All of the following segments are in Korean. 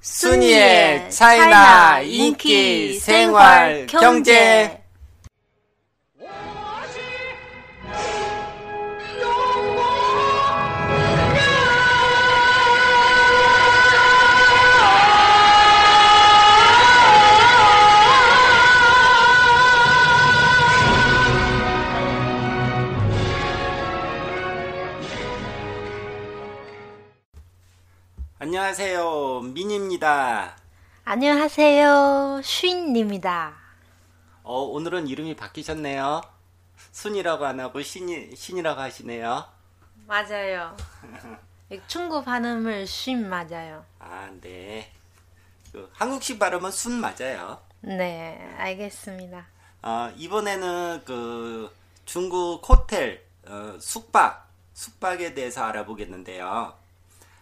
순이의 차이나 인기 생활 경제 안녕하세요 민입니다. 안녕하세요. 쉰입니다. 어, 오늘은 이름이 바뀌셨네요. 순이라고 안 하고 신이 신이라고 하시네요. 맞아요. 중국 발음을 쉰 맞아요. 아 네. 그 한국식 발음은 순 맞아요. 네, 알겠습니다. 어, 이번에는 그 중국 호텔 어, 숙박 숙박에 대해서 알아보겠는데요.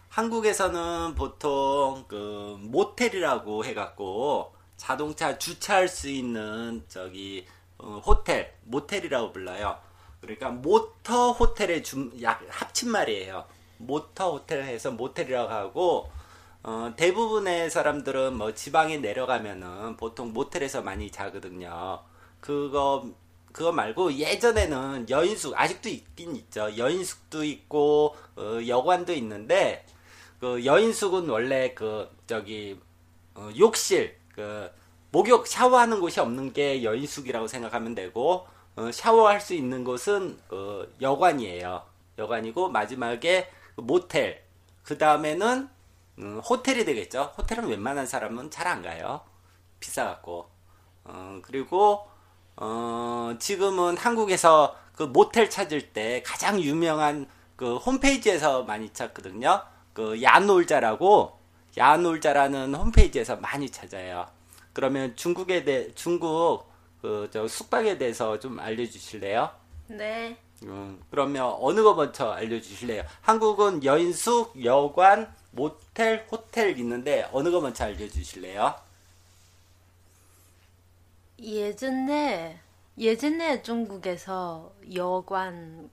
한국에서는 보통 그 모텔이라고 해갖고 자동차 주차할 수 있는 저기 어, 호텔 모텔이라고 불러요. 그러니까 모터 호텔의 줌, 약, 합친 말이에요. 모터 호텔에서 모텔이라고 하고 어, 대부분의 사람들은 뭐 지방에 내려가면은 보통 모텔에서 많이 자거든요. 그거 그거 말고 예전에는 여인숙 아직도 있긴 있죠. 여인숙도 있고 어, 여관도 있는데 그 여인숙은 원래 그 저기 어, 욕실 그 목욕 샤워하는 곳이 없는 게 여인숙이라고 생각하면 되고 어, 샤워할 수 있는 곳은 어, 여관이에요. 여관이고 마지막에 그 모텔 그 다음에는 음, 호텔이 되겠죠. 호텔은 웬만한 사람은 잘 안 가요. 비싸갖고. 어, 그리고 어, 지금은 한국에서 그 모텔 찾을 때 가장 유명한 그 홈페이지에서 많이 찾거든요. 그 야놀자라고 야놀자라는 홈페이지에서 많이 찾아요. 그러면 중국에 대해 중국 그 저 숙박에 대해서 좀 알려주실래요? 네. 음, 그러면 어느 거 먼저 알려주실래요? 한국은 여인숙, 여관, 모텔, 호텔 있는데 어느 거 먼저 알려주실래요? 예전에 예전에 중국에서 여관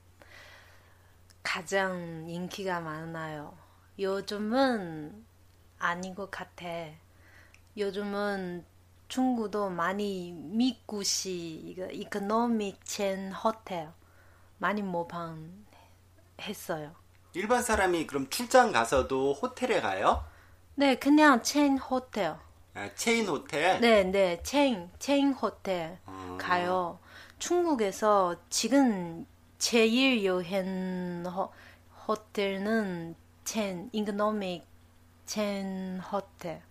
가장 인기가 많아요. 요즘은 아닌 것 같아. 요즘은 중국도 많이 미국식 이거 이코노믹 첸 호텔 많이 모방했어요. 일반 사람이 그럼 출장 가서도 호텔에 가요? 네, 그냥 체인 호텔. 아, 체인 호텔? 네, 네, 체인, 체인 호텔 음. 가요. 중국에서 지금 제일 여행 호, 호텔은 체인, 이그노믹 체인 호텔.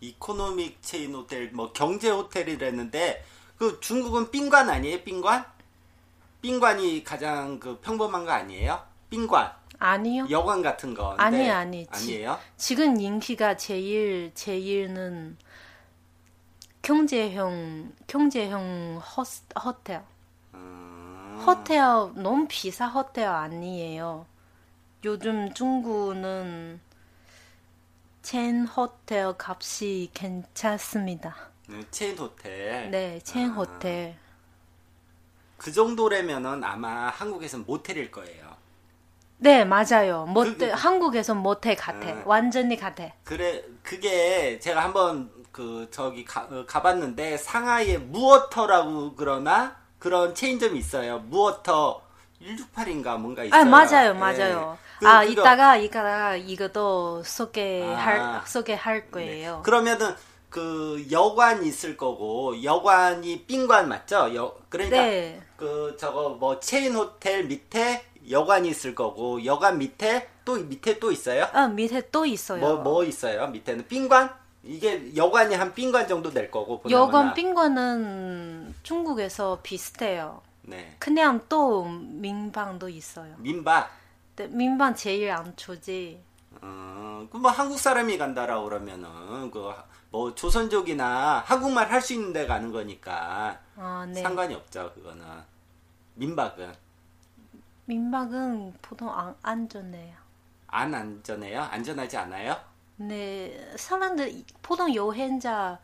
이코노믹 체인 호텔, 뭐 경제 호텔이랬는데 그 중국은 빈관 아니에요? 빈관? 빈관이 가장 그 평범한 거 아니에요? 빈관, 아니요. 여관 같은 거. 아니, 아니. 아니에요? 지금 인기가 제일, 제일은 경제형, 경제형 호스, 호텔. 음. 호텔, 너무 비싼 호텔 아니에요. 요즘 중국은 체인 호텔 값이 괜찮습니다. 음, 체인 호텔. 네, 체인 아. 호텔. 그 정도라면은 아마 한국에선 모텔일 거예요. 네, 맞아요. 모텔, 그- 한국에서 모텔 같아. 아. 완전히 같아. 그래 그게 제가 한번 그 저기 가, 어, 가봤는데 상하이에 무어터라고 그러나 그런 체인점이 있어요. 무어터 168인가 뭔가 있어요. 아, 맞아요, 예. 맞아요. 그- 아, 그거- 이따가, 이따가 이것도 소개할, 아. 소개할 네. 거예요. 그러면은 그 여관 있을 거고 여관이 빈관 맞죠? 여, 그러니까 네. 그 저거 뭐 체인 호텔 밑에 여관이 있을 거고 여관 밑에 또 밑에 또 있어요? 아, 밑에 또 있어요. 뭐 뭐 있어요? 밑에는 빈관? 이게 여관이 한 빈관 정도 될 거고 보나마나. 여관 빈관은 중국에서 비슷해요. 네. 그냥 또 민방도 있어요. 민박. 근데 민방 제일 안 주지. 어, 그뭐 한국 사람이 간다라고 그러면은 그 뭐 조선족이나 한국말 할 수 있는 데 가는 거니까 아, 네. 상관이 없죠 그거는 민박은 민박은 보통 안, 안 좋네요. 안 안전해요? 안전하지 않아요? 네, 사람들 보통 여행자,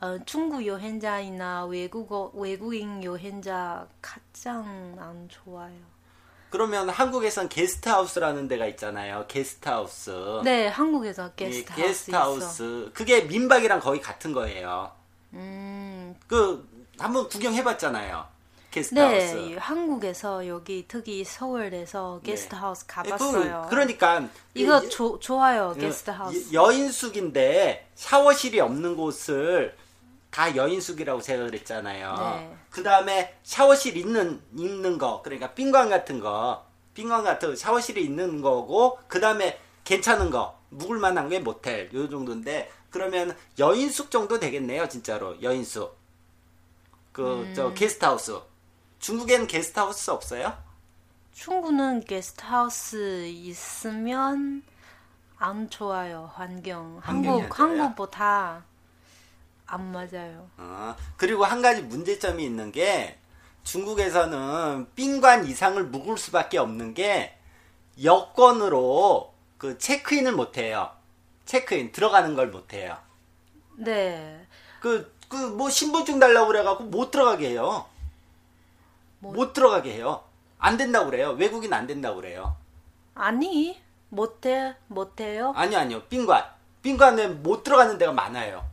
어, 중국 여행자이나 외국어 외국인 여행자 가장 안 좋아요. 그러면 한국에선 게스트하우스라는 데가 있잖아요 게스트하우스 네, 한국에서 이 게스트하우스 있어. 예, 게스트하우스 그게 민박이랑 거의 같은 거예요 음, 그 한번 구경해봤잖아요 게스트하우스 예, 네, 한국에서 여기 특히 서울에서 네. 게스트하우스 그- 가봤어요. 그러니까 예, 이거 이- 조, 좋아요, 여- 그 게스트하우스. 여- 여인숙인데 샤워실이 없는 곳을 다 여인숙이라고 생각을 했잖아요. 네. 그 다음에 샤워실 있는 있는 거 그러니까 빈관 같은 거 빈관 같은 샤워실이 있는 거고 그 다음에 괜찮은 거 묵을 만한 게 모텔 요 정도인데 그러면 여인숙 정도 되겠네요 진짜로 여인숙 그 저 음. 게스트하우스 중국에는 게스트하우스 없어요? 중국은 게스트하우스 있으면 안 좋아요, 환경. 환경이 안 한국, 좋아요? 한국보다 안 맞아요. 어, 그리고 한 가지 문제점이 있는 게 중국에서는 빈관 이상을 묵을 수밖에 없는 게 여권으로 그 체크인을 못 해요. 체크인 들어가는 걸 못 해요. 네. 그 그 뭐 신분증 달라고 그래 갖고 못 들어가게 해요. 못 들어가게 해요. 안 된다고 그래요. 외국인 안 된다고 그래요. 아니, 못해, 못해요? 아니요, 아니요. 빈관. 빈관에 못 들어가는 데가 많아요.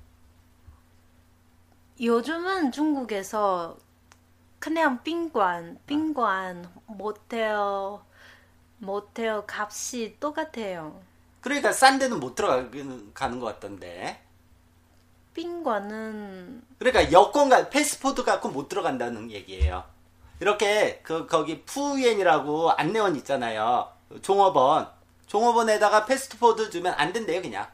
요즘은 중국에서 그냥 빈관, 빈관, 모텔, 모텔 값이 똑같아요. 그러니까 싼 데는 못 들어가는 가는 것 같던데. 빈관은 그러니까 여권과 패스포드 갖고 못 들어간다는 얘기예요. 이렇게 그 거기 푸우엔이라고 안내원 있잖아요. 종업원. 종업원에다가 패스포드 주면 안 된대요, 그냥.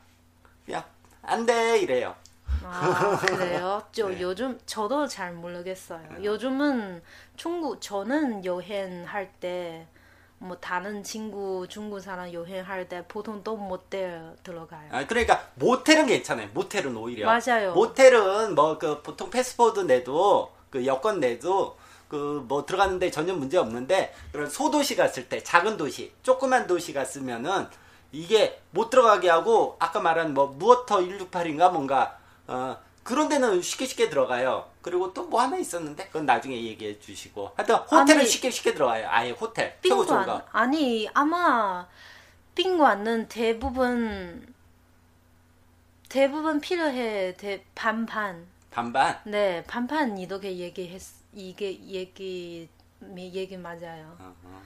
그냥 안 돼 이래요. 아, 그래요? 저 네. 요즘 저도 잘 모르겠어요. 요즘은 중국 저는 여행할 때 뭐 다른 친구 중국 사람 여행할 때 보통 또 모텔 들어가요. 아, 그러니까 모텔은 괜찮아요. 모텔은 오히려 맞아요. 모텔은 뭐 그 보통 패스포드 내도 그 여권 내도 그 뭐 들어가는데 전혀 문제 없는데 그런 소도시 갔을 때 작은 도시, 조그만 도시 갔으면은 이게 못 들어가게 하고 아까 말한 뭐 무어터 168인가 뭔가 어 그런 데는 쉽게 쉽게 들어가요. 그리고 또 뭐 하나 있었는데 그건 나중에 얘기해 주시고 하여튼 호텔은 아니, 쉽게 쉽게 들어가요. 아예 호텔 최고 좋은 빈관 거. 아니 아마 빈관은 대부분 대부분 필요해 대, 반반 반반. 네 반반 이렇게 얘기했 이게 얘기 얘기 맞아요. 어, 어.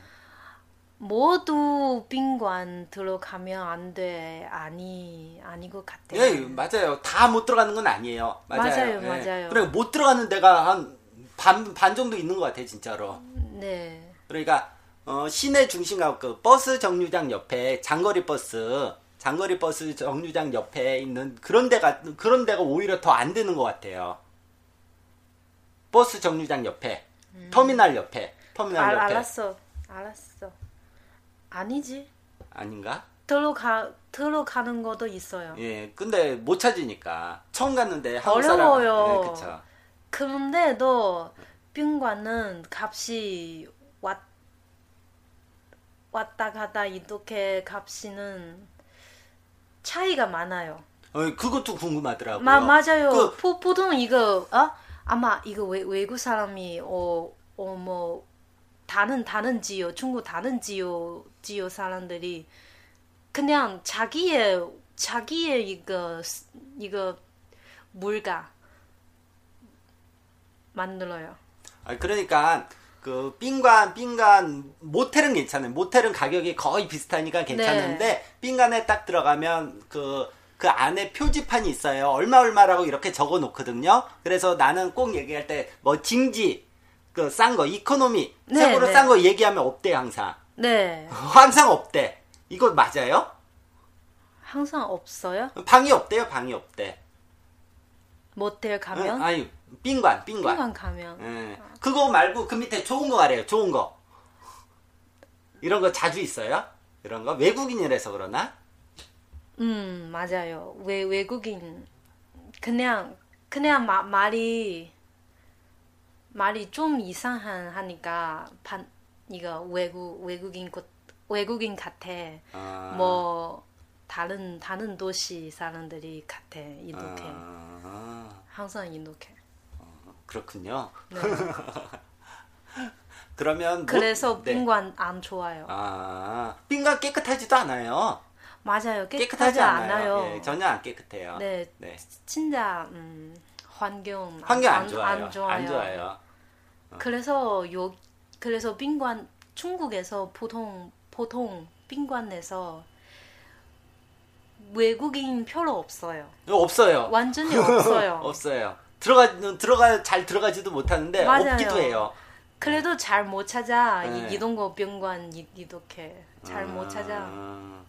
모두 빈관 들어가면 안 돼. 아니, 아닌 것 같아. 예, 맞아요. 다 못 들어가는 건 아니에요. 맞아요. 맞아요, 맞아요. 그러니까 못 들어가는 데가 한 반, 반 정도 있는 것 같아요, 진짜로. 네. 그러니까 그러니까, 어, 시내 중심가 그 버스 정류장 옆에 장거리 버스, 장거리 버스 정류장 옆에 있는 그런 데가, 그런 데가 오히려 더 안 되는 것 같아요. 버스 정류장 옆에, 터미널 옆에, 터미널 음. 알, 옆에. 알았어. 알았어. 아니지. 아닌가? 들어가 들어가는 것도 있어요. 예, 근데 못 찾으니까. 처음 갔는데 한국 사람. 예, 어려워요. 그쵸. 그런데도 빈관은 값이 왔 왔다 가다 이렇게 값이는 차이가 많아요. 어, 그것도 궁금하더라고요. 마, 맞아요. 그, 보, 보통 이거 어? 아마 이거 외, 외국 사람이 어, 어어뭐 다른 다른 지역 중국 다른 지역 지역 사람들이 그냥 자기의 자기의 이거 스- 이거 물가 만들어요. 아, 그러니까 그 빈관 빈관 모텔은 괜찮아요. 모텔은 가격이 거의 비슷하니까 괜찮은데 네. 빈관에 딱 들어가면 그 그 안에 표지판이 있어요. 얼마 얼마라고 이렇게 적어 놓거든요. 그래서 나는 꼭 얘기할 때 뭐 징지 그 싼 거 이코노미 네, 최고로 네. 싼 거 얘기하면 없대 항상. 네, 항상 없대. 이거 맞아요? 항상 없어요. 방이 없대요. 방이 없대. 모텔 가면 네, 아유 빈관, 빈관. 빈관 가면 예. 그거 말고 그 밑에 좋은 거 가래요. 좋은 거. 이런 거 자주 있어요? 이런 거 외국인이라서 그러나? 음 맞아요 외 외국인 그냥 그냥 마, 말이 말이 좀 이상한 하니까 반 이거 외국 외국인 것 외국인 같아 아, 뭐 다른 다른 도시 사람들이 같아 이렇게 아, 항상 이렇게 뭐? 그렇군요. 네. 그러면 뭐- 그래서 네. 빈관 안 좋아요 아, 빈관 깨끗하지도 않아요. 맞아요 깨끗하지 깨끗하지 않아요 예, 전혀 안 깨끗해요. 네 네. 진짜 음, 환경 안- 환경 안, 안- 좋아요. 안 좋아요. 안 좋아요. 그래서 요 그래서 빈관 중국에서 보통 보통 빈관에서 외국인 별로 없어요. 이거 없어요. 완전히 없어요. 없어요. 들어가 들어가 잘 들어가지도 못하는데 맞아요. 없기도 해요. 그래도 잘 못 찾아 이- 네. 이런 거 빈관 이- 이렇게 잘 못 찾아. 아.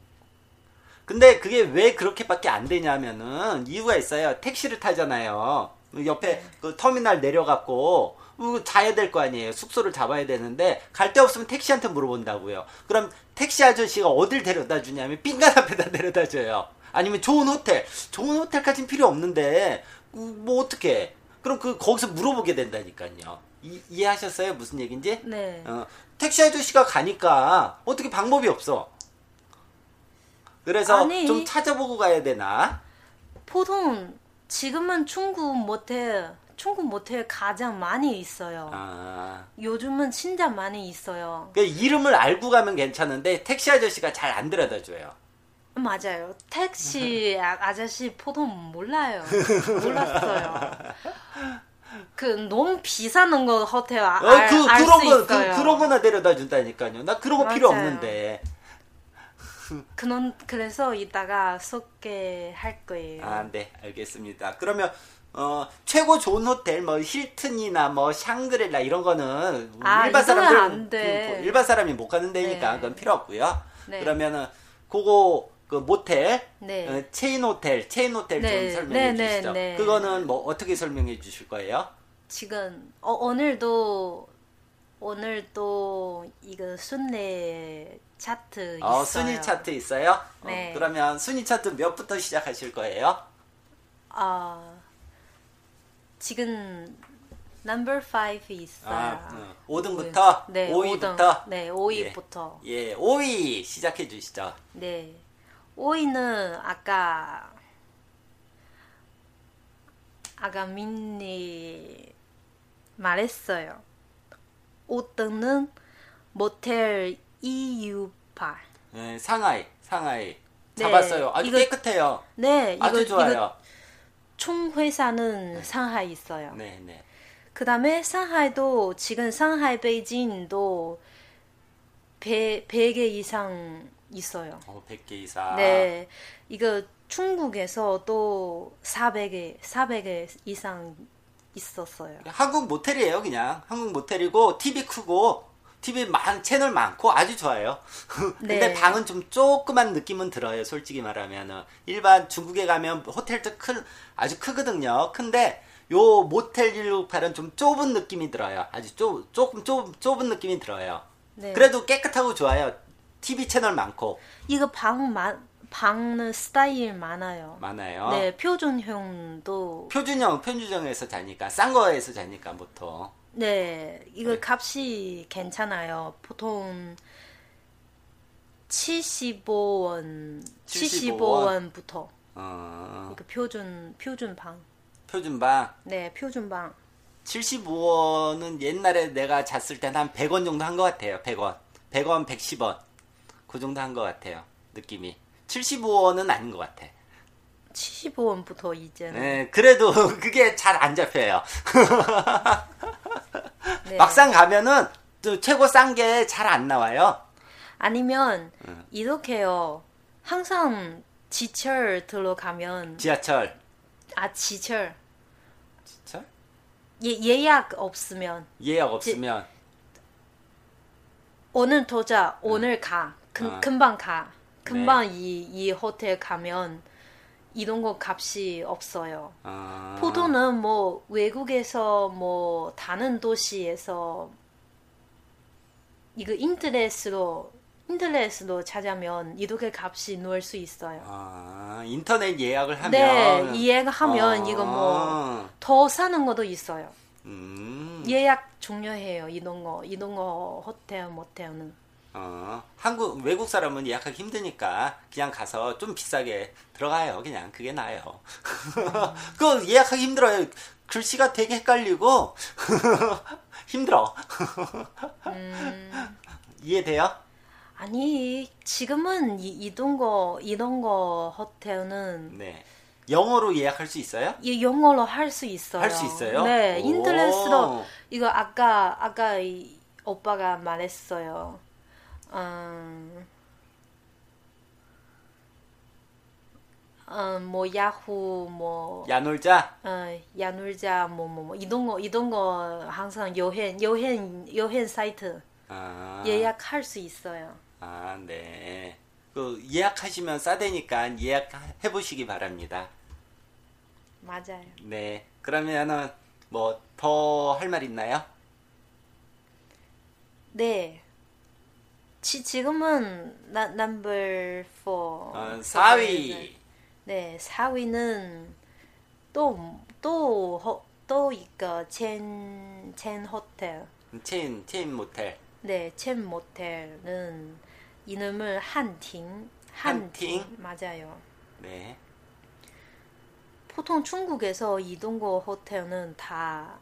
근데 그게 왜 그렇게밖에 안 되냐면은 이유가 있어요. 택시를 타잖아요. 네. 옆에 그 터미널 내려갖고 으, 자야 될 거 아니에요. 숙소를 잡아야 되는데 갈 데 없으면 택시한테 물어본다고요. 그럼 택시 아저씨가 어딜 데려다 주냐면 빈간 앞에다 데려다 줘요. 아니면 좋은 호텔. 좋은 호텔까지는 필요 없는데 으, 뭐 어떻게? 그럼 그 거기서 물어보게 된다니까요. 이, 이해하셨어요? 무슨 얘기인지? 네. 어, 택시 아저씨가 가니까 어떻게 방법이 없어. 그래서 아니. 좀 찾아보고 가야 되나? 보통 지금은 중국 모텔 중국 모텔 가장 많이 있어요. 아. 요즘은 진짜 많이 있어요. 그 이름을 알고 가면 괜찮은데 택시 아저씨가 잘 안 데려다 줘요. 맞아요. 택시 아- 아저씨 보통 몰라요. 몰랐어요. 그 너무 비싼 거 호텔 아, 어, 알- 그 알수 그런 거 있어요. 그, 그런 거나 데려다 준다니까요. 나 그런 거 필요 맞아요. 없는데. 그런 그래서 이따가 소개할 거예요. 아, 네, 알겠습니다. 그러면 어, 최고 좋은 호텔 뭐 힐튼이나 뭐 샹그릴라 이런 거는 아, 일반 이거는 사람들 안 돼. 음, 일반 사람이 못 가는 데니까 네. 그건 필요 없고요. 네. 그러면은 그거 그 모텔 네. 어, 체인 호텔 체인 호텔 네, 좀 설명해 네, 주시죠. 네, 네. 그거는 뭐 어떻게 설명해 주실 거예요? 지금 어, 오늘도 오늘도 이거 순례 차트 있어요. 어, 순위 차트 있어요? 어, 네. 그러면 순위 차트 몇부터 시작하실 거예요? 아 지금 넘버 5 있어요. 아, 5등부터 네, 5위부터 5등. 네, 5위부터. 예, 5위 시작해 주시죠. 네. 5위는 아까 아까 민니 말했어요. 5등은 모텔 268. 예, 상하이, 상하이. 네, 잡았어요. 아주 이거- 깨끗해요. 네, 이거 아주 좋아요. 이거 총 회사는 상하이 있어요. 네, 네. 그다음에 상하이도 지금 상하이 베이징도 100, 100개 이상 있어요. 어, 100개 이상. 네, 이거 중국에서 또 400개, 400개 이상 있었어요. 한국 모텔이에요, 그냥. 한국 모텔이고, TV 크고, TV 많, 채널 많고, 아주 좋아요. 근데 네. 방은 좀 조그만 느낌은 들어요, 솔직히 말하면은. 일반 중국에 가면 호텔도 큰, 아주 크거든요. 근데, 요 모텔 168은 좀 좁은 느낌이 들어요. 아주 좁, 조금 좁, 좁은 느낌이 들어요. 네. 그래도 깨끗하고 좋아요. TV 채널 많고, 이거 방, 마, 방은 스타일 많아요. 많아요. 네, 표준형도, 표준형, 편주정에서 자니까, 싼 거에서 자니까, 보통. 네, 이거 네. 값이 괜찮아요. 보통 75원, 75원. 75원부터. 어, 이거 표준, 표준 방. 표준방. 네, 표준 방. 75원은 옛날에 내가 잤을 때는 한 100원 정도 한 것 같아요. 100원. 100원, 110원. 그 정도 한 것 같아요. 느낌이. 75원은 아닌 것 같아. 75원부터 이제는. 네, 그래도 그게 잘 안 잡혀요. 네. 막상 가면은 또 최고 싼 게 잘 안 나와요. 아니면 네. 이렇게요. 항상 지철 들어가면 지하철. 아 지철 지하철? 예, 예약 없으면 예약 없으면. 오늘 도자 오늘 가 금, 네. 아. 금방 가 금방 이, 이 호텔 가면 이동거 값이 없어요. 아, 포도는 뭐 외국에서 뭐 다른 도시에서 이거 인터넷으로 인터넷으로 찾으면 이렇게 값이 넣을 수 있어요. 아, 인터넷 예약을 하면 네, 이해가 하면 아, 이거 뭐 더 사는 것도 있어요. 음, 예약 중요해요. 이런 거, 이런 거 호텔, 모텔은. 어, 한국 외국 사람은 예약하기 힘드니까 그냥 가서 좀 비싸게 들어가요. 그냥 그게 나아요. 그거 예약하기 힘들어요. 글씨가 되게 헷갈리고 힘들어. 음. 이해돼요? 아니, 지금은 이, 이런 거, 이런 거 호텔은 네. 영어로 예약할 수 있어요? 이 영어로 할 수 있어요. 할수 있어요? 네, 오. 인터넷으로 이거 아까 아까 이 오빠가 말했어요. 음, 음, 뭐 야후 뭐 야놀자? 어, 야놀자 뭐 뭐 뭐 이런 거 이런 거 항상 여행 여행 여행 사이트 아, 예약할 수 있어요. 아, 네. 그 예약하시면 싸대니까 예약해 보시기 바랍니다. 맞아요. 네. 그러면은 뭐 더 할 말 있나요? 네. 지, 지금은 나, number four. 어, 4위. 네, 4위는 또, 또, 호, 또 이거, 첸, 첸 호텔. 체인 체인 모텔. 네, 첸 모텔은 이름을 한팅. 한팅? 맞아요. 네. 보통 중국에서 이동거 호텔은 다,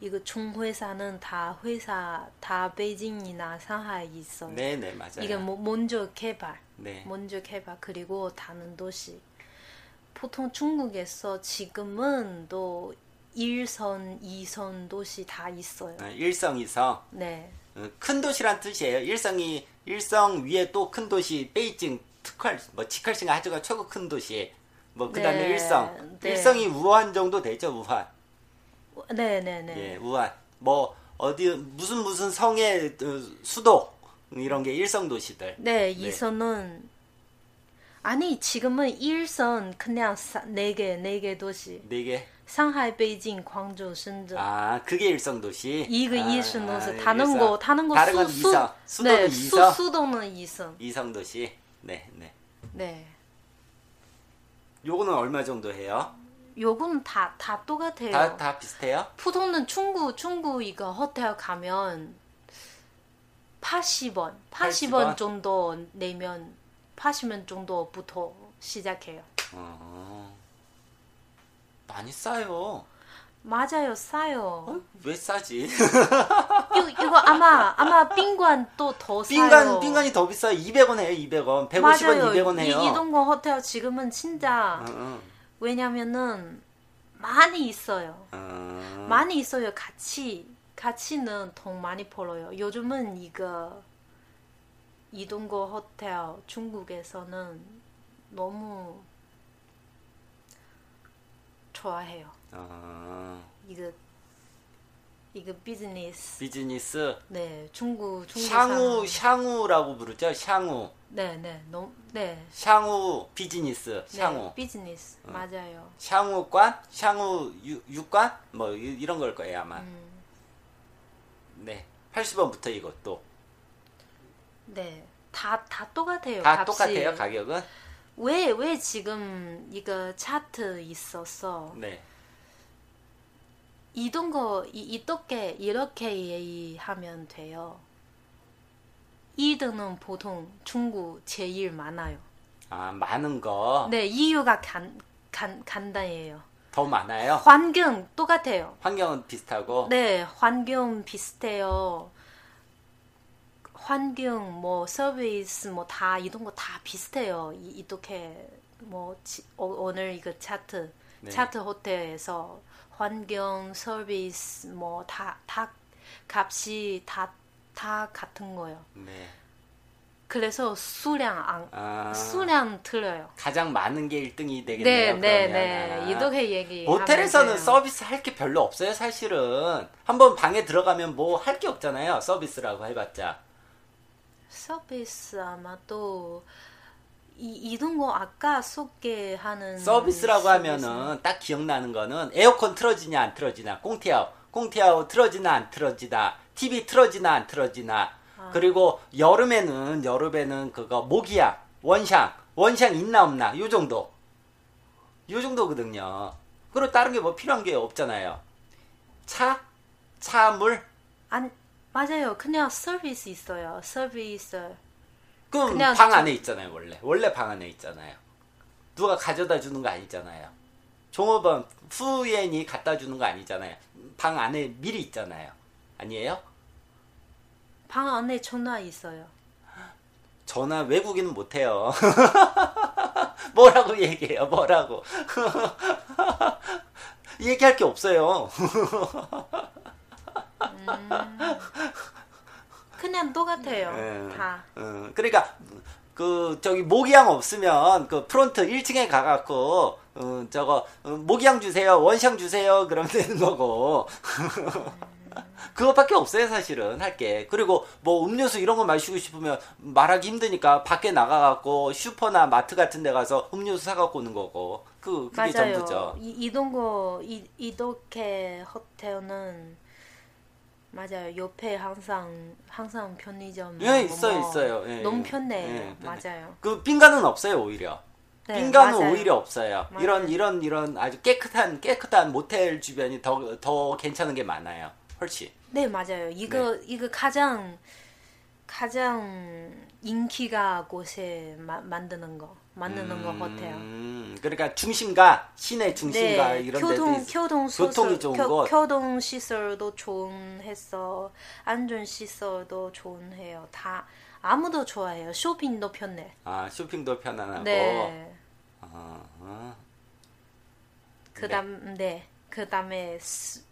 이거 중회사는 다 회사, 다 베이징이나 상하이에 있어요. 네, 네, 맞아요. 이게 뭐, 먼저 개발. 네. 먼저 개발 그리고 다른 도시. 보통 중국에서 지금은 또 1선, 2선 도시 다 있어요. 어, 일성이성. 네. 어, 큰 도시란 뜻이에요. 일성이 일성 위에 또 큰 도시 베이징 특활 뭐 직할싱 아주가 최고 큰 도시. 뭐 그다음에 네, 일성. 네. 일성이 우한 정도 되죠, 우한. 네, 네, 네. 예, 우한. 뭐 어디 무슨 무슨 성의 어, 수도 이런 게 일성 도시들. 네, 2선은 아니, 지금은 1선 그냥 4개, 4개 도시. 네 개. 상하이, 베이징, 광주, 신전. 아, 그게 일성 도시. 이거 아, 이선 도시. 아, 다른 일성. 거, 다른 거 다른 건 수, 수, 이성. 수도는 네, 이성. 수, 수도는 2선. 이성 도시. 네, 네. 네. 요거는 얼마 정도 해요? 요건 다, 다 똑같아요. 다, 다 비슷해요? 푸동은 충구 충구 이거 호텔 가면 80원 80원 80원? 정도 내면 80원 정도부터 시작해요. 어, 많이 싸요. 맞아요, 싸요. 어, 왜 싸지? 이거, 이거 아마 아마 빈관 또 더 싸요. 빙간, 빙간이 더 비싸요. 200원 해요, 200원. 150원, 맞아요. 200원 해요. 이, 이동거 호텔 지금은 진짜 어, 어. 왜냐면은 많이 있어요. 어, 많이 있어요. 같이 같이는 돈 많이 벌어요. 요즘은 이거 이동거 호텔 중국에서는 너무 좋아해요. 어, 이거 이거 비즈니스. 비즈니스. 네, 중국 중국 샹우, 사람. 샹우라고 부르죠? 샹우. 네, 네. 너무 네. 샹우 비즈니스. 네, 샹우. 비즈니스. 어. 맞아요. 샹우관? 샹우 유- 육관? 뭐, 이- 이런 걸 거예요, 아마. 음. 네. 80원부터 이것도. 네. 다, 다 똑같아요. 다 네, 값이. 똑같아요, 가격은? 왜, 왜 지금 이거 차트 있었어? 네. 이런 거 이, 이렇게 이렇게 얘기하면 돼요. 2등은 보통 중국 제일 많아요. 아, 많은 거. 네, 이유가 간, 간, 간단해요. 더 많아요? 환경 똑같아요. 환경은 비슷하고. 네, 환경 비슷해요. 환경, 뭐, 서비스, 뭐, 다, 이런 거 다 비슷해요. 이, 이렇게, 뭐, 지- 어, 오늘 이거 차트, 네. 차트 호텔에서 환경, 서비스, 뭐, 다, 다, 값이 다, 다 같은 거예요. 네. 그래서 수량, 아, 안, 수량 틀려요. 가장 많은 게 1등이 네, 되겠네요. 네, 그러면. 네. 아. 이렇게 얘기하면 호텔에서는 돼요. 서비스 할 게 별로 없어요, 사실은. 한번 방에 들어가면 뭐 할 게 없잖아요. 서비스라고 해봤자. 서비스 아마도 이, 이런 거 아까 소개하는 음, 서비스라고 하면은 딱 기억나는 거는 에어컨 틀어지냐 안 틀어지나 꽁태아오 꽁태아오 틀어지나 안 틀어지나 TV 틀어지나 안 틀어지나 그리고 여름에는 여름에는 그거 모기야 원샹 원샹 있나 없나 요 정도 요 정도거든요 그리고 다른 게 뭐 필요한 게 없잖아요 차 차물 안 맞아요. 그냥 서비스 있어요. 서비스. 그럼 그냥 방 저- 안에 있잖아요 원래 원래 방 안에 있잖아요 누가 가져다 주는 거 아니잖아요 종업원 후엔이 갖다 주는 거 아니잖아요 방 안에 미리 있잖아요 아니에요 방 안에 전화 있어요. 전화 외국인은 못해요 뭐라고 얘기해요 뭐라고 얘기할 게 없어요 그냥 똑같아요. 예. 다. 어, 그러니까 그 저기 모기향 없으면 그 프론트 1층에 가갖고 어, 저거 어, 모기향 주세요 원샹 주세요 그러면 되는 거고 그것밖에 없어요 사실은 할게 그리고 뭐 음료수 이런 거 마시고 싶으면 말하기 힘드니까 밖에 나가갖고 슈퍼나 마트 같은 데 가서 음료수 사갖고 오는 거고 그 그게 전부죠 맞아요. 이, 이런 거 이, 이렇게 호텔은 맞아요. 옆에 항상 항상 편의점 예, 뭐 있어요, 뭐. 있어요. 예, 너무 예. 편해요. 예, 편해. 맞아요. 그 빈간은 없어요 오히려 네, 빈간은 맞아요. 오히려 없어요. 맞아요. 이런 이런 이런 아주 깨끗한 깨끗한 모텔 주변이 더 더 괜찮은 게 많아요. 훨씬. 네, 맞아요. 이거 이거 가장 가장 인기가 곳에 마- 만드는 거 만드는 거 같아요. 네, 음, 그러니까 중심가 시내 중심가 이런 교통 데도 있, 교통 시설, 교통이 좋은 교, 곳. 교통 시설도 좋은했어, 안전 시설도 좋은해요. 다 아무도 좋아해요. 쇼핑도 편해. 아 뭐? 쇼핑도 편안하고. 네. 어, 어. 그다음 네. 그다음에 스-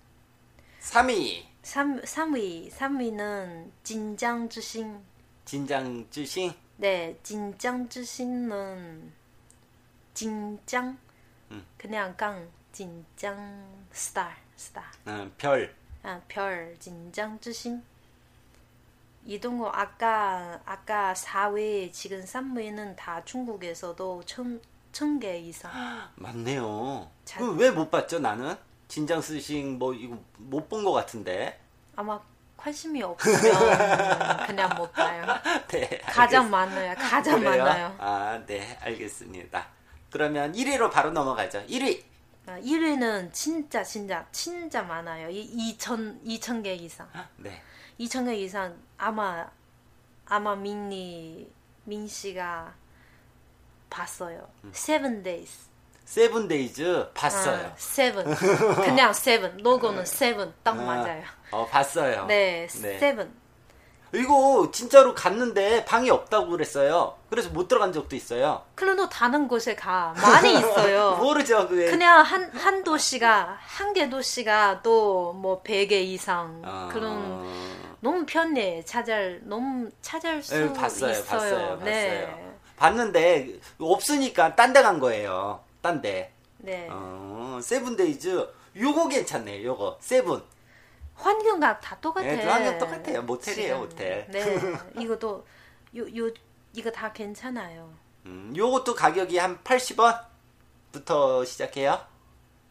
3위 삼 3위 3위는 진장지신. 진장 주신 네, 진장지신은 진장 음. 그냥 깡 진장 스타 스타. 어, 별. 아, 별 진장지신. 이동호 아까 아까 4위 지금 3위는 다 중국에서도 천, 천개 이상. 맞네요. 자- 왜 못 봤죠 나는? 진장 쓰신 뭐 이거 못 본 것 같은데. 아마 관심이 없으면 그냥 못 봐요. 네. 가장 많아요. 가장 그래요? 많아요. 아, 네, 알겠습니다. 그러면 1위로 바로 넘어가죠. 1위. 아, 1위는 진짜 진짜 진짜 많아요. 이 2천 2천 개 이상. 네. 2천 개 이상 아마 아마 민니 민 씨가 봤어요. Seven Days. 세븐데이즈 음. 봤어요. 아, Seven. 그냥 Seven. 로고는 Seven 딱 아, 맞아요. 어, 봤어요. 네, 네. Seven. 이거 진짜로 갔는데 방이 없다고 그랬어요. 그래서 못 들어간 적도 있어요. 그래도 다른 곳에 가 많이 있어요. 모르죠, 그게. 그냥 한, 한 도시가, 한 개 도시가 또 뭐 100개 이상 아, 그런 너무 편해. 찾을, 너무 찾을 수 예, 봤어요, 있어요. 봤어요, 네. 봤어요. 봤는데 없으니까 딴 데 간 거예요. 딴 데. 네. 어, 세븐데이즈 요거 괜찮네요. 요거 세븐. 환경과 다 똑같아. 예, 환경 똑같아요. 모텔이에요, 모텔. 네. 이것도, 요, 요, 이거 다 괜찮아요. 음, 요것도 가격이 한 80원부터 시작해요.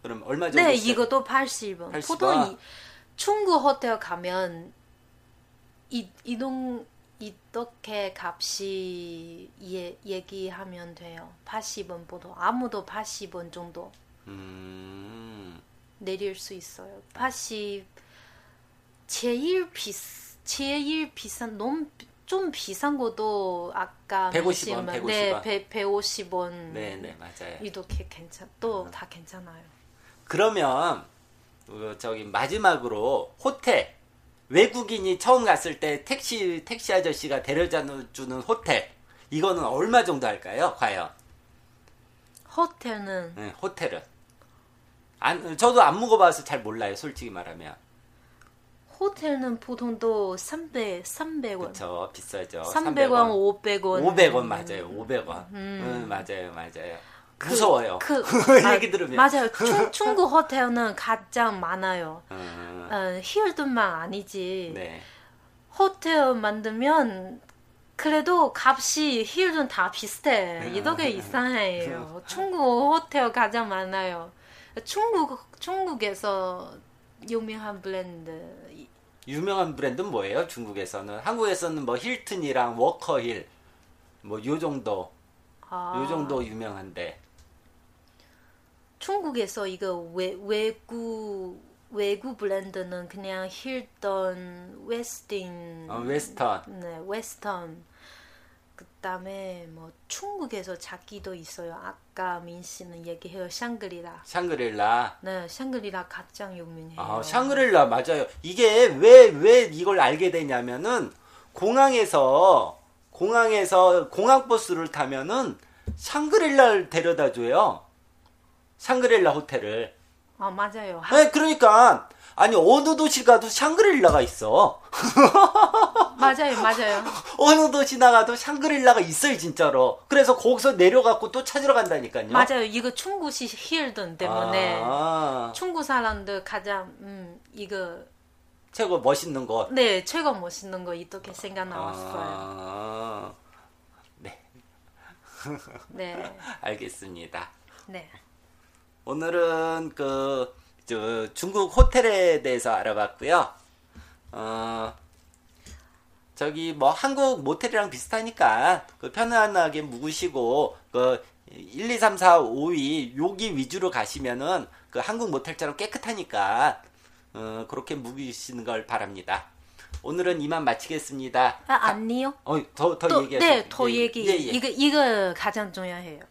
그럼 얼마 정도? 네, 시작- 이것도 80원. 80원. 보통 이, 중국 호텔 가면 이, 이동 이렇게 값이 예, 얘기하면 돼요. 80원 보통 아무도 80원 정도 음, 내릴 수 있어요. 80 제일 비스 제일 비싼 너무 비- 좀 비싼 것도 아까 150 원, 말씀한- 150 원. 네, 150원. 네, 음. 네, 맞아요. 이렇게 괜찮 또 다 괜찮아요. 그러면 어, 저기 마지막으로 호텔 외국인이 처음 갔을 때 택시 택시 아저씨가 데려다 주는 호텔 이거는 얼마 정도 할까요? 과연 호텔은 네, 호텔은 안 저도 안 묵어봐서 잘 몰라요. 솔직히 말하면 호텔은 보통도 300, 300원. 그쵸 비싸죠. 300원, 500원. 500원 맞아요. 500원. 음, 맞아요, 맞아요. 무서워요. 그, 얘기 들으면. 맞아요. 충, 중국 호텔은 가장 많아요. 음, 어, 힐든만 아니지. 네. 호텔 만들면 그래도 값이 힐은 다 비슷해. 이 덕에 이상해요. 중국 호텔 가장 많아요. 중국 중국에서 유명한 브랜드 이- 유명한 브랜드는 뭐예요? 중국에서는 한국에서는 뭐 힐튼이랑 워커힐 뭐 요 정도 아, 요 정도 유명한데 중국에서 이거 외, 외국 외국 브랜드는 그냥 힐던 웨스틴 어, 웨스턴 네, 웨스턴. 그다음에 뭐 중국에서 찾기도 있어요. 아까 민 씨는 얘기해요. 샹그리라. 샹그릴라 네, 샹그리라 가장 유명해요. 아, 샹그릴라 맞아요. 이게 왜 왜 이걸 알게 되냐면은 공항에서 공항에서 공항 버스를 타면은 샹그릴라를 데려다 줘요. 샹그릴라 호텔을. 아, 맞아요. 하- 네, 그러니까 아니 어느 도시 가도 샹그릴라가 있어. 맞아요. 맞아요. 어느 도시 나가도 샹그릴라가 있어요, 진짜로. 그래서 거기서 내려갖고 또 찾으러 간다니까요. 맞아요. 네. 이거 중국식 힐던 때문에 아, 중국 사람들 가장 음, 이거 최고 멋있는 곳. 네, 최고 멋있는 거 이렇게 생각 나왔어요. 아, 네. 알겠습니다. 네. 오늘은 그, 저, 중국 호텔에 대해서 알아봤고요. 어, 저기 뭐 한국 모텔이랑 비슷하니까 그 편안하게 묵으시고 그 1, 2, 3, 4, 5, 위 여기 위주로 가시면은 그 한국 모텔처럼 깨끗하니까 어, 그렇게 묵으시는 걸 바랍니다. 오늘은 이만 마치겠습니다. 아, 아니요. 어, 더, 더 또, 얘기하세요. 네, 더 예, 얘기. 예, 예. 이거, 이거 가장 중요해요.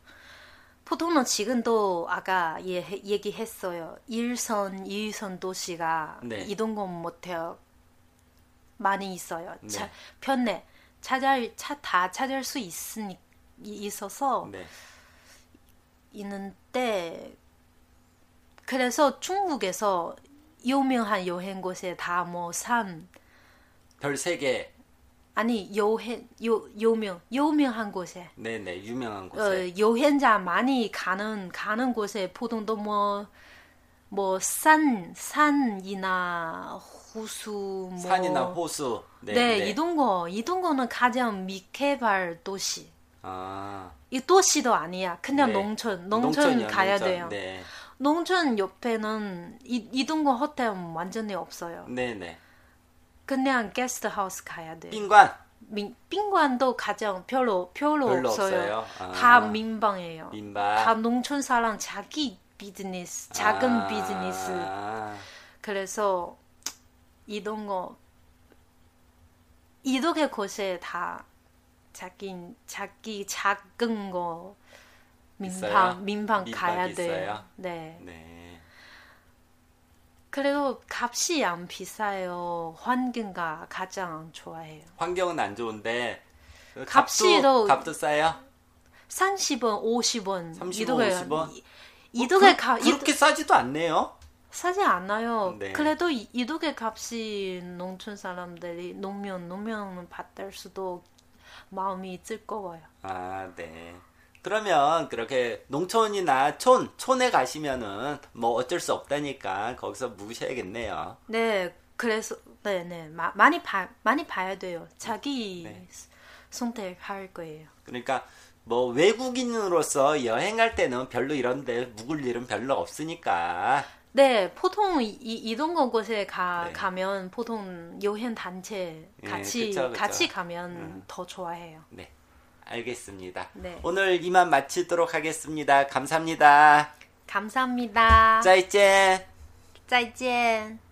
보통은 지금도 아까 예, 얘기했어요. 1선, 2선 도시가 네. 이동권 못해요. 많이 있어요. 네. 차, 편해. 찾을, 차, 다 찾을 수 있으니, 이- 있어서 네. 있는데, 그래서 중국에서 유명한 여행 곳에 다 뭐 산, 별 3개. 아니, 여행, 요, 요명, 유명한 곳에. 네네, 유명한 곳에. 어, 여행자 많이 가는 가는 곳에 보통도 뭐, 뭐뭐산 산이나 호수 뭐 산이나 호수. 네, 이동거 이동거는 가장 미개발 도시 아, 이 도시도 아니야 그냥 네. 농촌 농촌 농촌이요, 가야 농촌. 돼요 네. 농촌 옆에는 이, 이동거 호텔은 완전히 없어요 네네. 그냥 게스트하우스 가야 돼요 빈관 민, 빈관도 가장 별로 별로, 별로 없어요, 없어요. 아. 다 민방이에요 민박. 다 농촌 사람 자기 비즈니스, 작은 아, 비즈니스. 그래서 이런 거 이렇게 곳에 다 자기 자기 작은 거 있어요? 민방 민방 민박 가야 있어요? 돼요. 네. 네. 그래도 값이 안 비싸요. 환경가 가장 좋아해요. 환경은 안 좋은데 값도 값이도- 값도 싸요. 뭐 30원, 50원. 30원, 이렇게 50원? 그, 이렇게 가 그렇게 싸지도 않네요. 사지 않아요. 네. 그래도 이- 이독의 값이 농촌 사람들이 농면 농면을 받을 수도 마음이 뜨거워요. 아, 네. 그러면 그렇게 농촌이나 촌, 촌에 가시면은 뭐 어쩔 수 없다니까 거기서 묵으셔야겠네요. 네, 그래서 네네 마- 많이 봐 많이 봐야 돼요. 자기 네. 선택할 거예요. 그러니까 뭐 외국인으로서 여행할 때는 별로 이런데 묵을 일은 별로 없으니까 네, 보통 이, 이동 곳에 가 네. 가면 보통 여행 단체 예, 같이 그쵸, 그쵸. 같이 가면 음. 더 좋아해요. 네 알겠습니다. 네. 오늘 이만 마치도록 하겠습니다. 감사합니다. 아. 감사합니다. 짜이젠. 再见。